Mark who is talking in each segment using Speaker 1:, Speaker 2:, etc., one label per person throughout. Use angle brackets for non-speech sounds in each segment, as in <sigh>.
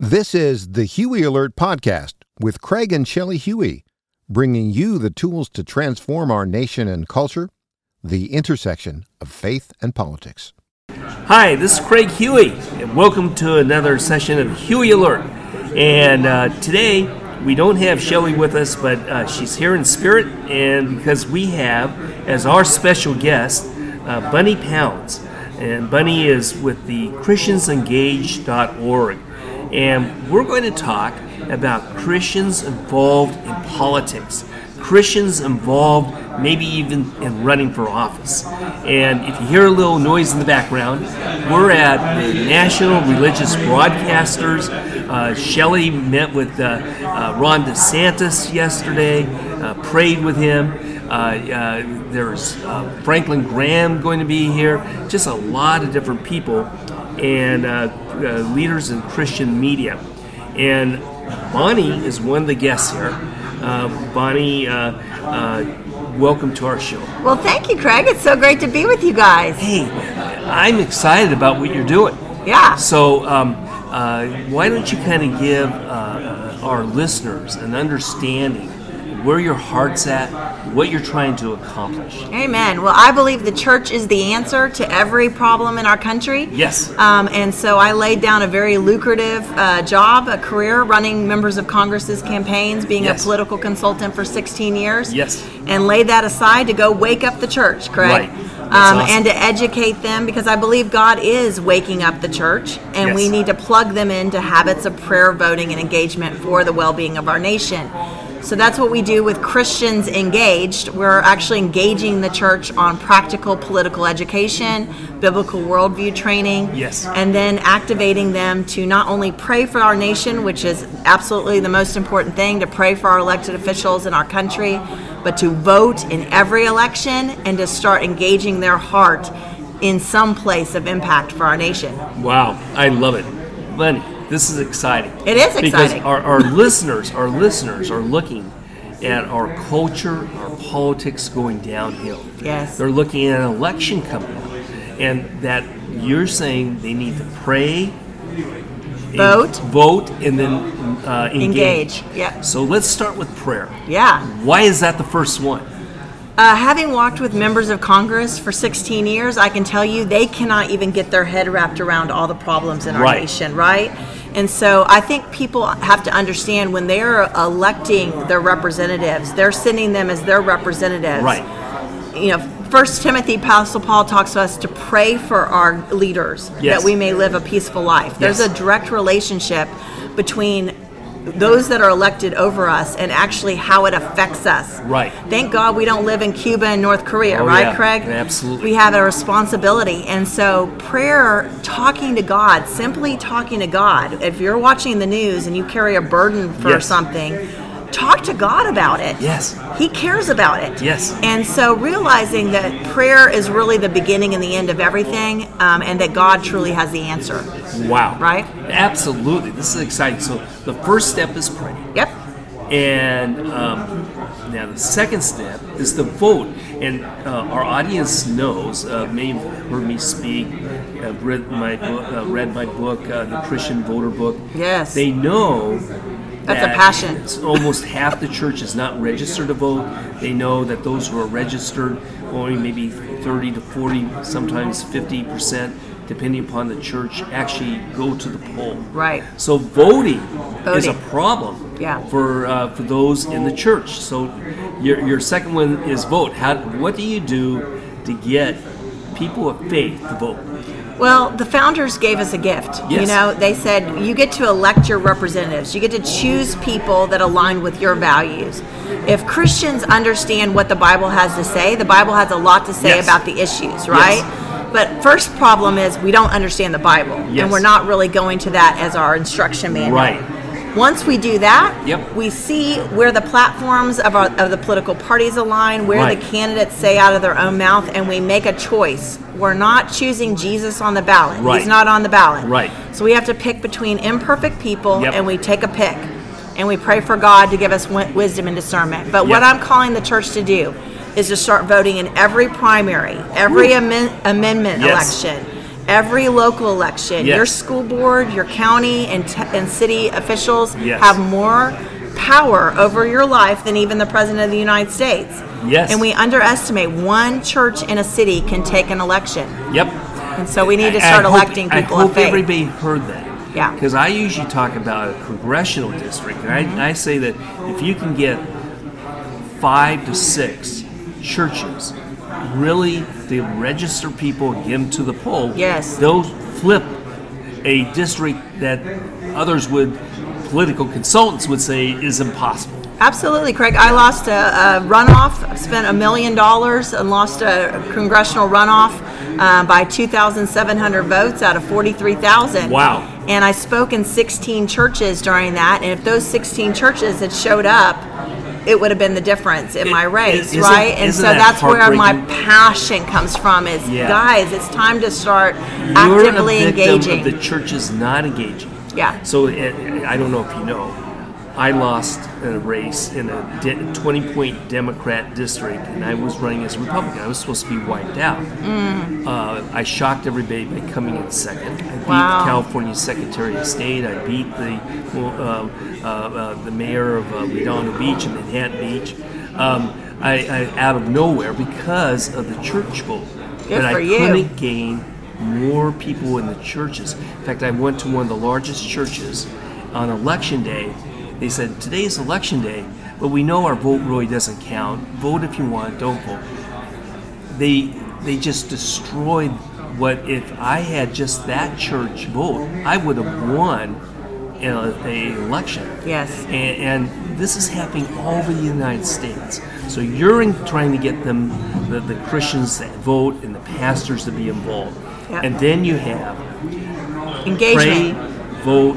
Speaker 1: This is the Huey Alert Podcast with Craig and Shelley Huey, bringing you the tools to transform our nation and culture, the intersection of faith and politics.
Speaker 2: Hi, this is Craig Huey, and welcome to another session of Huey Alert. And uh, today we don't have Shelly with us, but uh, she's here in spirit, and because we have as our special guest uh, Bunny Pounds, and Bunny is with the ChristiansEngaged.org, and we're going to talk about Christians involved in politics. Christians involved, maybe even in running for office. And if you hear a little noise in the background, we're at the National Religious Broadcasters. Uh, Shelley met with uh, uh, Ron DeSantis yesterday, uh, prayed with him. Uh, uh, there's uh, Franklin Graham going to be here, just a lot of different people and uh, uh, leaders in Christian media. And Bonnie is one of the guests here. Uh, Bonnie, uh, uh, welcome to our show.
Speaker 3: Well, thank you, Craig. It's so great to be with you guys.
Speaker 2: Hey, I'm excited about what you're doing.
Speaker 3: Yeah.
Speaker 2: So, um, uh, why don't you kind of give uh, our listeners an understanding where your heart's at, what you're trying to accomplish?
Speaker 3: Amen. Well, I believe the church is the answer to every problem in our country.
Speaker 2: Yes.
Speaker 3: Um, and so I laid down a very lucrative uh, job, a career running members of Congress's campaigns, being
Speaker 2: Yes.
Speaker 3: a political consultant for 16 years.
Speaker 2: Yes.
Speaker 3: And laid that aside to go wake up the church, Craig.
Speaker 2: Right. That's
Speaker 3: um,
Speaker 2: awesome.
Speaker 3: And to educate them because I believe God is waking up the church and we
Speaker 2: Yes.
Speaker 3: need to plug them into habits of prayer, voting, and engagement for the well being of our nation. So that's what we do with Christians Engaged. We're actually engaging the church on practical political education, biblical worldview training,
Speaker 2: Yes.
Speaker 3: and then activating them to not only pray for our nation, which is absolutely the most important thing to pray for our elected officials in our country, but to vote in every election and to start engaging their heart in some place of impact for our nation.
Speaker 2: Wow, I love it. Lenny, this is exciting.
Speaker 3: It is
Speaker 2: Because
Speaker 3: exciting.
Speaker 2: our, our listeners, our listeners are looking at our culture, our politics going downhill.
Speaker 3: Yes.
Speaker 2: They're looking at an election coming up. And that you're saying they need to pray, en-
Speaker 3: Vote.
Speaker 2: vote, and then uh, engage.
Speaker 3: Engage. Yep.
Speaker 2: So let's start with prayer.
Speaker 3: Yeah.
Speaker 2: Why is that the first one?
Speaker 3: Uh, having walked with members of Congress for 16 years, I can tell you they cannot even get their head wrapped around all the problems in our
Speaker 2: Right.
Speaker 3: nation, right? And so I think people have to understand when they're electing their representatives, they're sending them as their representatives
Speaker 2: Right.
Speaker 3: you know, First Timothy, Apostle Paul talks to us to pray for our leaders
Speaker 2: Yes.
Speaker 3: that we may live a peaceful life. There's
Speaker 2: Yes.
Speaker 3: a direct relationship between those that are elected over us and actually how it affects us.
Speaker 2: Right.
Speaker 3: Thank God we don't live in Cuba and North Korea,
Speaker 2: Oh,
Speaker 3: right,
Speaker 2: yeah.
Speaker 3: Craig?
Speaker 2: Absolutely.
Speaker 3: We have a responsibility. And so, prayer, talking to God, simply talking to God. If you're watching the news and you carry a burden for
Speaker 2: Yes.
Speaker 3: something, talk to God about it.
Speaker 2: Yes.
Speaker 3: He cares about it.
Speaker 2: Yes.
Speaker 3: And so realizing that prayer is really the beginning and the end of everything, um, and that God truly has the answer.
Speaker 2: Wow.
Speaker 3: Right?
Speaker 2: Absolutely. This is exciting. So the first step is pray.
Speaker 3: Yep.
Speaker 2: And um, now the second step is the vote. And uh, our audience knows, uh, may have heard me speak, have read my book, uh, read my book uh, the Christian Voter Book.
Speaker 3: Yes.
Speaker 2: They know.
Speaker 3: That's a
Speaker 2: that
Speaker 3: passion.
Speaker 2: It's almost half the church is not registered to vote. They know that those who are registered, only maybe 30 to 40, sometimes 50 percent, depending upon the church, actually go to the poll.
Speaker 3: Right.
Speaker 2: So voting, is a
Speaker 3: Voting.
Speaker 2: problem
Speaker 3: Yeah.
Speaker 2: for uh, for those in the church. So your, your second one is vote. How what do you do to get people of faith to vote?
Speaker 3: Well, the founders gave us a gift. You
Speaker 2: Yes.
Speaker 3: know, they said you get to elect your representatives. You get to choose people that align with your values. If Christians understand what the Bible has to say, the Bible has a lot to say
Speaker 2: Yes.
Speaker 3: about the issues, right? But first problem is we don't understand the Bible,
Speaker 2: Yes.
Speaker 3: and we're not really going to that as our instruction manual.
Speaker 2: Right.
Speaker 3: Once we do that,
Speaker 2: Yep.
Speaker 3: we see where the platforms of, our, of the political parties align, where
Speaker 2: Right.
Speaker 3: the candidates say out of their own mouth, and we make a choice. We're not choosing Jesus on the ballot.
Speaker 2: Right.
Speaker 3: He's not on the ballot.
Speaker 2: Right.
Speaker 3: So we have to pick between imperfect people,
Speaker 2: Yep.
Speaker 3: and we take a pick. And we pray for God to give us wi- wisdom and discernment. But what
Speaker 2: Yep.
Speaker 3: I'm calling the church to do is to start voting in every primary, every amen- amendment
Speaker 2: Yes.
Speaker 3: election, every local election,
Speaker 2: Yes.
Speaker 3: your school board, your county, and, t- and city officials
Speaker 2: Yes.
Speaker 3: have more power over your life than even the president of the United States.
Speaker 2: Yes.
Speaker 3: And we underestimate one church in a city can take an election.
Speaker 2: Yep.
Speaker 3: And so we need to
Speaker 2: I- I
Speaker 3: start
Speaker 2: hope-
Speaker 3: electing people
Speaker 2: I
Speaker 3: of
Speaker 2: hope
Speaker 3: faith.
Speaker 2: everybody heard that.
Speaker 3: Yeah.
Speaker 2: Because I usually talk about a congressional district, and I, I say that if you can get five to six churches really to register people and get them to the poll,
Speaker 3: Yes.
Speaker 2: they'll flip a district that others would, political consultants would say is impossible.
Speaker 3: Absolutely, Craig. I lost a, a runoff. I've spent a million dollars and lost a congressional runoff uh, by 2,700 votes out of 43,000.
Speaker 2: Wow.
Speaker 3: And I spoke in 16 churches during that. And if those 16 churches had showed up, it would have been the difference in
Speaker 2: It-
Speaker 3: my race,
Speaker 2: isn't-
Speaker 3: right? And
Speaker 2: isn't
Speaker 3: so
Speaker 2: that
Speaker 3: that's where my
Speaker 2: heartbreaking?
Speaker 3: passion comes from. Is
Speaker 2: Yeah.
Speaker 3: guys, it's time to start
Speaker 2: You're
Speaker 3: actively
Speaker 2: a victim
Speaker 3: engaging.
Speaker 2: Of the church is not engaging.
Speaker 3: Yeah.
Speaker 2: So it, I don't know if you know, I lost a race in a de- 20 point Democrat district, and I was running as a Republican. I was supposed to be wiped out. Uh, I shocked everybody by coming in second. I beat
Speaker 3: Wow.
Speaker 2: California Secretary of State. I beat the well, uh, uh, uh, the mayor of uh, Redondo Beach and Manhattan Beach. Um, I, I out of nowhere because of the church bowl.
Speaker 3: Good
Speaker 2: but I
Speaker 3: for you.
Speaker 2: couldn't gain more people in the churches. In fact, I went to one of the largest churches on election day. They said, Today is election day, but we know our vote really doesn't count. Vote if you want, don't vote. They, they just destroyed what if I had just that church vote, I would have won in a, a election.
Speaker 3: yes.
Speaker 2: And, and this is happening all over the United States. So you're in trying to get them, the, the Christians that vote and the pastors to be involved.
Speaker 3: Yeah.
Speaker 2: And then you have pray,
Speaker 3: Engagement.
Speaker 2: vote,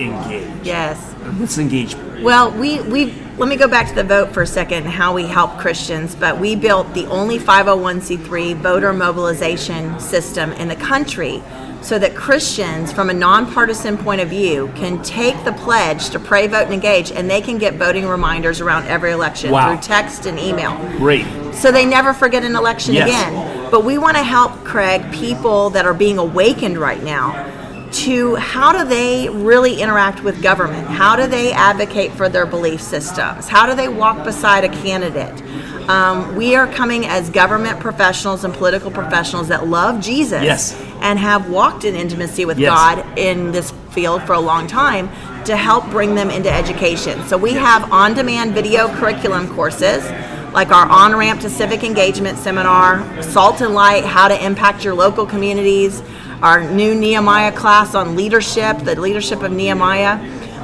Speaker 2: engage.
Speaker 3: Yes.
Speaker 2: What's engagement?
Speaker 3: Well, we we let me go back to the vote for a second and how we help Christians. But we built the only 501c3 voter mobilization system in the country so that Christians from a nonpartisan point of view can take the pledge to pray, vote, and engage, and they can get voting reminders around every election
Speaker 2: Wow.
Speaker 3: through text and email
Speaker 2: Great.
Speaker 3: so they never forget an election
Speaker 2: Yes.
Speaker 3: again. But we want to help, Craig, people that are being awakened right now to how do they really interact with government? How do they advocate for their belief systems? How do they walk beside a candidate? Um, we are coming as government professionals and political professionals that love Jesus
Speaker 2: Yes.
Speaker 3: and have walked in intimacy with
Speaker 2: Yes.
Speaker 3: God in this field for a long time to help bring them into education. So we have on demand video curriculum courses like our On Ramp to Civic Engagement seminar, Salt and Light, How to Impact Your Local Communities, our new Nehemiah class on leadership, the leadership of Nehemiah.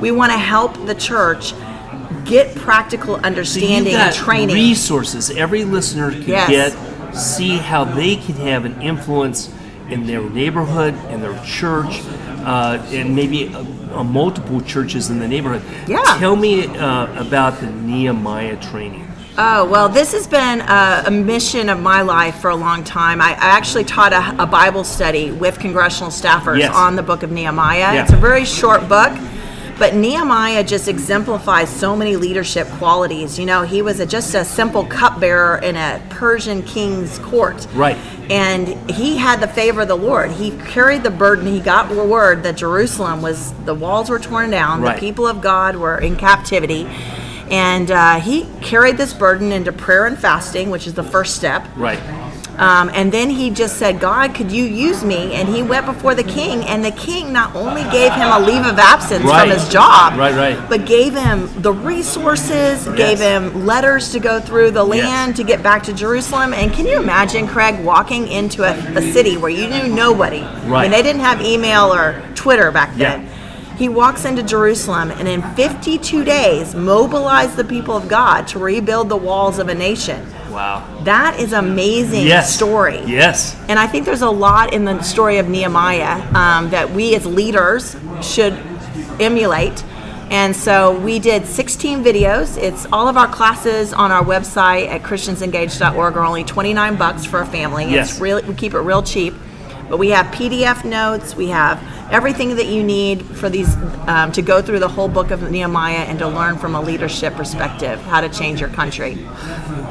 Speaker 3: We want to help the church get practical
Speaker 2: So you've
Speaker 3: understanding
Speaker 2: got
Speaker 3: and training.
Speaker 2: resources every listener can
Speaker 3: Yes.
Speaker 2: get, see how they can have an influence in their neighborhood, in their church, uh, and maybe uh uh multiple churches in the neighborhood.
Speaker 3: Yeah.
Speaker 2: Tell me uh, about the Nehemiah training.
Speaker 3: Oh, well, this has been a, a mission of my life for a long time. I, I actually taught a, a Bible study with congressional staffers
Speaker 2: Yes.
Speaker 3: on the book of Nehemiah.
Speaker 2: Yeah.
Speaker 3: It's a very short book, but Nehemiah just exemplifies so many leadership qualities. You know, he was a, just a simple cupbearer in a Persian king's court.
Speaker 2: Right.
Speaker 3: And he had the favor of the Lord. He carried the burden. He got word that Jerusalem was, the walls were torn down,
Speaker 2: Right.
Speaker 3: the people of God were in captivity. And uh, he carried this burden into prayer and fasting, which is the first step.
Speaker 2: Right.
Speaker 3: Um, and then he just said, God, could you use me? And he went before the king, and the king not only gave him a leave of absence
Speaker 2: Right.
Speaker 3: from his job,
Speaker 2: Right, right.
Speaker 3: but gave him the resources, gave him letters to go through the
Speaker 2: Yes.
Speaker 3: land to get back to Jerusalem. And can you imagine, Craig, walking into a, a city where you knew nobody?
Speaker 2: Right.
Speaker 3: And they didn't have email or Twitter back
Speaker 2: Yeah.
Speaker 3: then. He walks into Jerusalem and in 52 days mobilized the people of God to rebuild the walls of a nation.
Speaker 2: Wow.
Speaker 3: That is amazing
Speaker 2: Yes.
Speaker 3: story.
Speaker 2: Yes.
Speaker 3: And I think there's a lot in the story of Nehemiah um, that we as leaders should emulate. And so we did 16 videos. It's all of our classes on our website at christiansengaged.org are only 29 bucks for a family.
Speaker 2: Yes.
Speaker 3: It's really we keep it real cheap. But we have PDF notes. We have everything that you need for these um, to go through the whole book of Nehemiah and to learn from a leadership perspective how to change your country.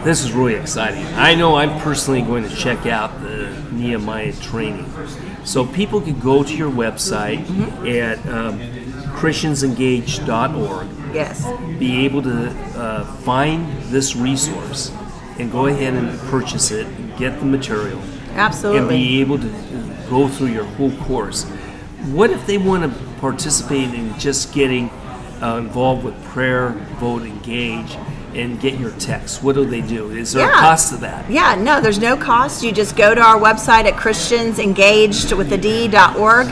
Speaker 2: This is really exciting. I know I'm personally going to check out the Nehemiah training So people can go to your website at um, christiansengage.org,
Speaker 3: Yes.
Speaker 2: be able to uh, find this resource and go ahead and purchase it, get the material, and
Speaker 3: Absolutely.
Speaker 2: be able to go through your whole course. What if they want to participate in just getting uh, involved with prayer, vote, engage, and get your text? What do they do? Is there a
Speaker 3: Yeah.
Speaker 2: cost to that?
Speaker 3: Yeah, no, there's no cost. You just go to our website at christiansengaged with the D.org.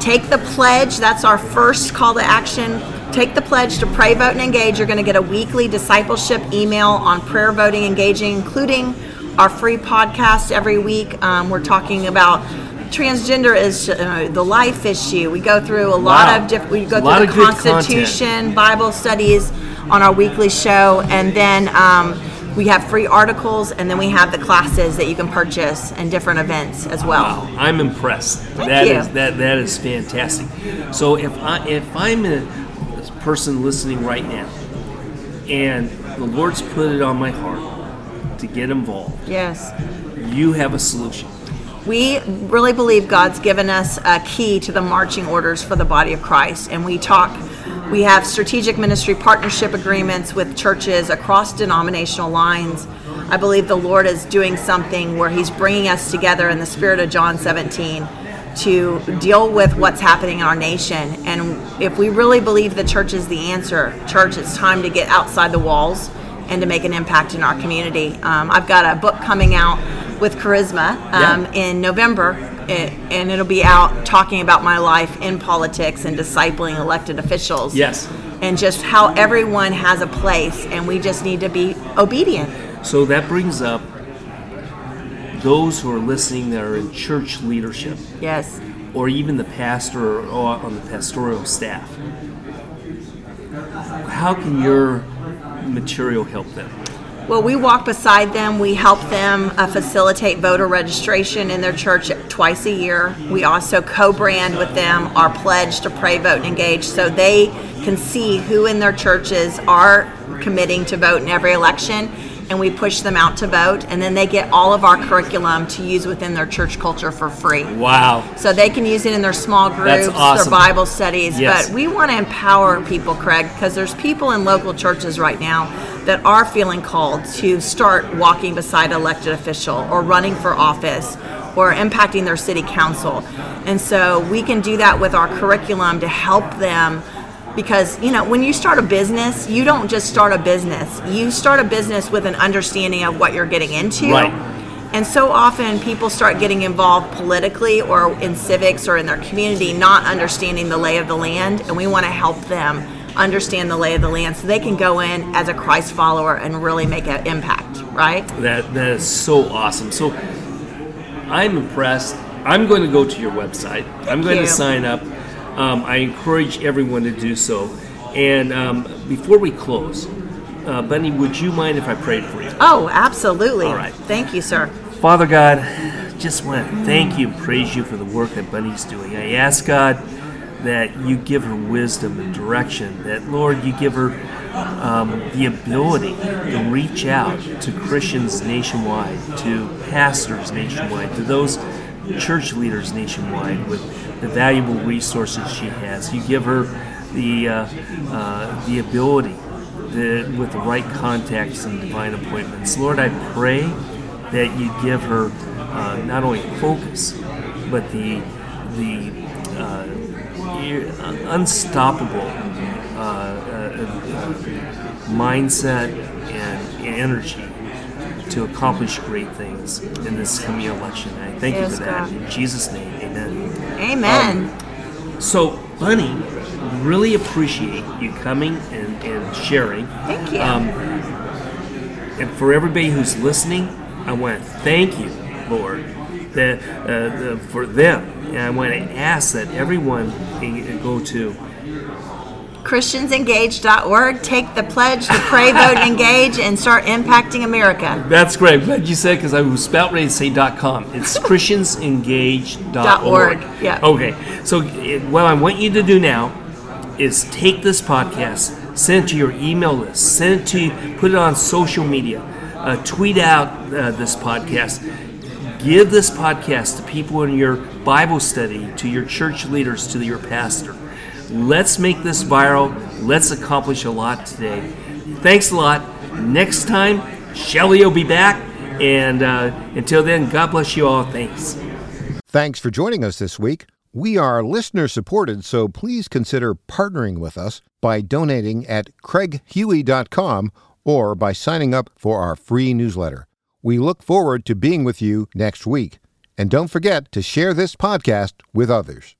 Speaker 3: Take the pledge. That's our first call to action. Take the pledge to pray, vote, and engage. You're going to get a weekly discipleship email on prayer, voting, engaging, including our free podcast every week. Um, we're talking about transgender is uh, the life issue. We go through a lot
Speaker 2: Wow.
Speaker 3: of different. We go
Speaker 2: A lot
Speaker 3: through the
Speaker 2: of good content.
Speaker 3: Constitution. Christian Bible studies on our weekly show, and then um, we have free articles, and then we have the classes that you can purchase and different events as well.
Speaker 2: Wow, I'm impressed. That
Speaker 3: you.
Speaker 2: is- that that is fantastic. So if I if I'm a person listening right now, and the Lord's put it on my heart to get involved,
Speaker 3: Yes.
Speaker 2: you have a solution.
Speaker 3: We really believe God's given us a key to the marching orders for the body of Christ, and we talk. We have strategic ministry partnership agreements with churches across denominational lines. I believe the Lord is doing something where He's bringing us together in the spirit of John 17 to deal with what's happening in our nation. And if we really believe the church is the answer, church, it's time to get outside the walls and to make an impact in our community. Um, I've got a book coming out with Charisma um, in November, a- and it'll be out talking about my life in politics and discipling elected officials.
Speaker 2: Yes.
Speaker 3: And just how everyone has a place, and we just need to be obedient.
Speaker 2: So that brings up those who are listening that are in church leadership,
Speaker 3: Yes.
Speaker 2: or even the pastor or on the pastoral staff. How can your material help them?
Speaker 3: Well, we walk beside them. We help them uh, facilitate voter registration in their church twice a year. We also co brand with them our pledge to pray, vote, and engage so they can see who in their churches are committing to vote in every election. And we push them out to vote. And then they get all of our curriculum to use within their church culture for free.
Speaker 2: Wow.
Speaker 3: So they can use it in their small
Speaker 2: That's
Speaker 3: groups,
Speaker 2: awesome.
Speaker 3: their Bible studies.
Speaker 2: Yes.
Speaker 3: But we want to empower people, Craig, because there's people in local churches right now that are feeling called to start walking beside an elected official or running for office or impacting their city council. And so we can do that with our curriculum to help them because you know when you start a business you don't just start a business you start a business with an understanding of what you're getting into
Speaker 2: Right.
Speaker 3: and so often people start getting involved politically or in civics or in their community, not understanding the lay of the land. And we want to help them understand the lay of the land so they can go in as a Christ follower and really make an impact, right?
Speaker 2: That that is so awesome. So I'm impressed. I'm going to go to your website. I'm going
Speaker 3: you.
Speaker 2: to sign up. Um, I encourage everyone to do so. And um, before we close, uh, Bunny, would you mind if I prayed for you?
Speaker 3: Oh, absolutely.
Speaker 2: All right.
Speaker 3: Thank you, sir.
Speaker 2: Father God, just want to thank you and praise you for the work that Bunny's doing. I ask God that you give her wisdom and direction, that Lord, you give her um, the ability to reach out to Christians nationwide, to pastors nationwide, to those church leaders nationwide with the valuable resources she has. You give her the, uh, uh, the ability the, with the right contacts and divine appointments. Lord, I pray that you give her uh, not only focus, but the the uh, ir- unstoppable uh, uh, uh, mindset and energy to accomplish great things in this coming election. I thank you
Speaker 3: Yes,
Speaker 2: for that.
Speaker 3: God.
Speaker 2: In Jesus' name, amen.
Speaker 3: Amen.
Speaker 2: So, Bunny, really appreciate you coming and, and sharing.
Speaker 3: Thank you.
Speaker 2: um, And for everybody who's listening, I want to thank you, Lord, that uh, the, for them. And I want to ask that everyone can go to
Speaker 3: ChristiansEngage.org. Take the pledge to pray, vote, and engage, and start impacting America.
Speaker 2: That's great. I'm glad you said because I was about ready to say .com.
Speaker 3: <laughs>
Speaker 2: It's christiansengage.org.
Speaker 3: .org, yeah.
Speaker 2: <laughs> Okay. So it, what I want you to do now is take this podcast, send it to your email list, send it to put it on social media, uh, tweet out uh, this podcast, Give this podcast to people in your Bible study, to your church leaders, to your pastor. Let's make this viral. Let's accomplish a lot today. Thanks a lot. Next time, Shelly will be back. And uh, until then, God bless you all. Thanks.
Speaker 1: Thanks for joining us this week. We are listener supported, so please consider partnering with us by donating at craighewey.com or by signing up for our free newsletter. We look forward to being with you next week. And don't forget to share this podcast with others.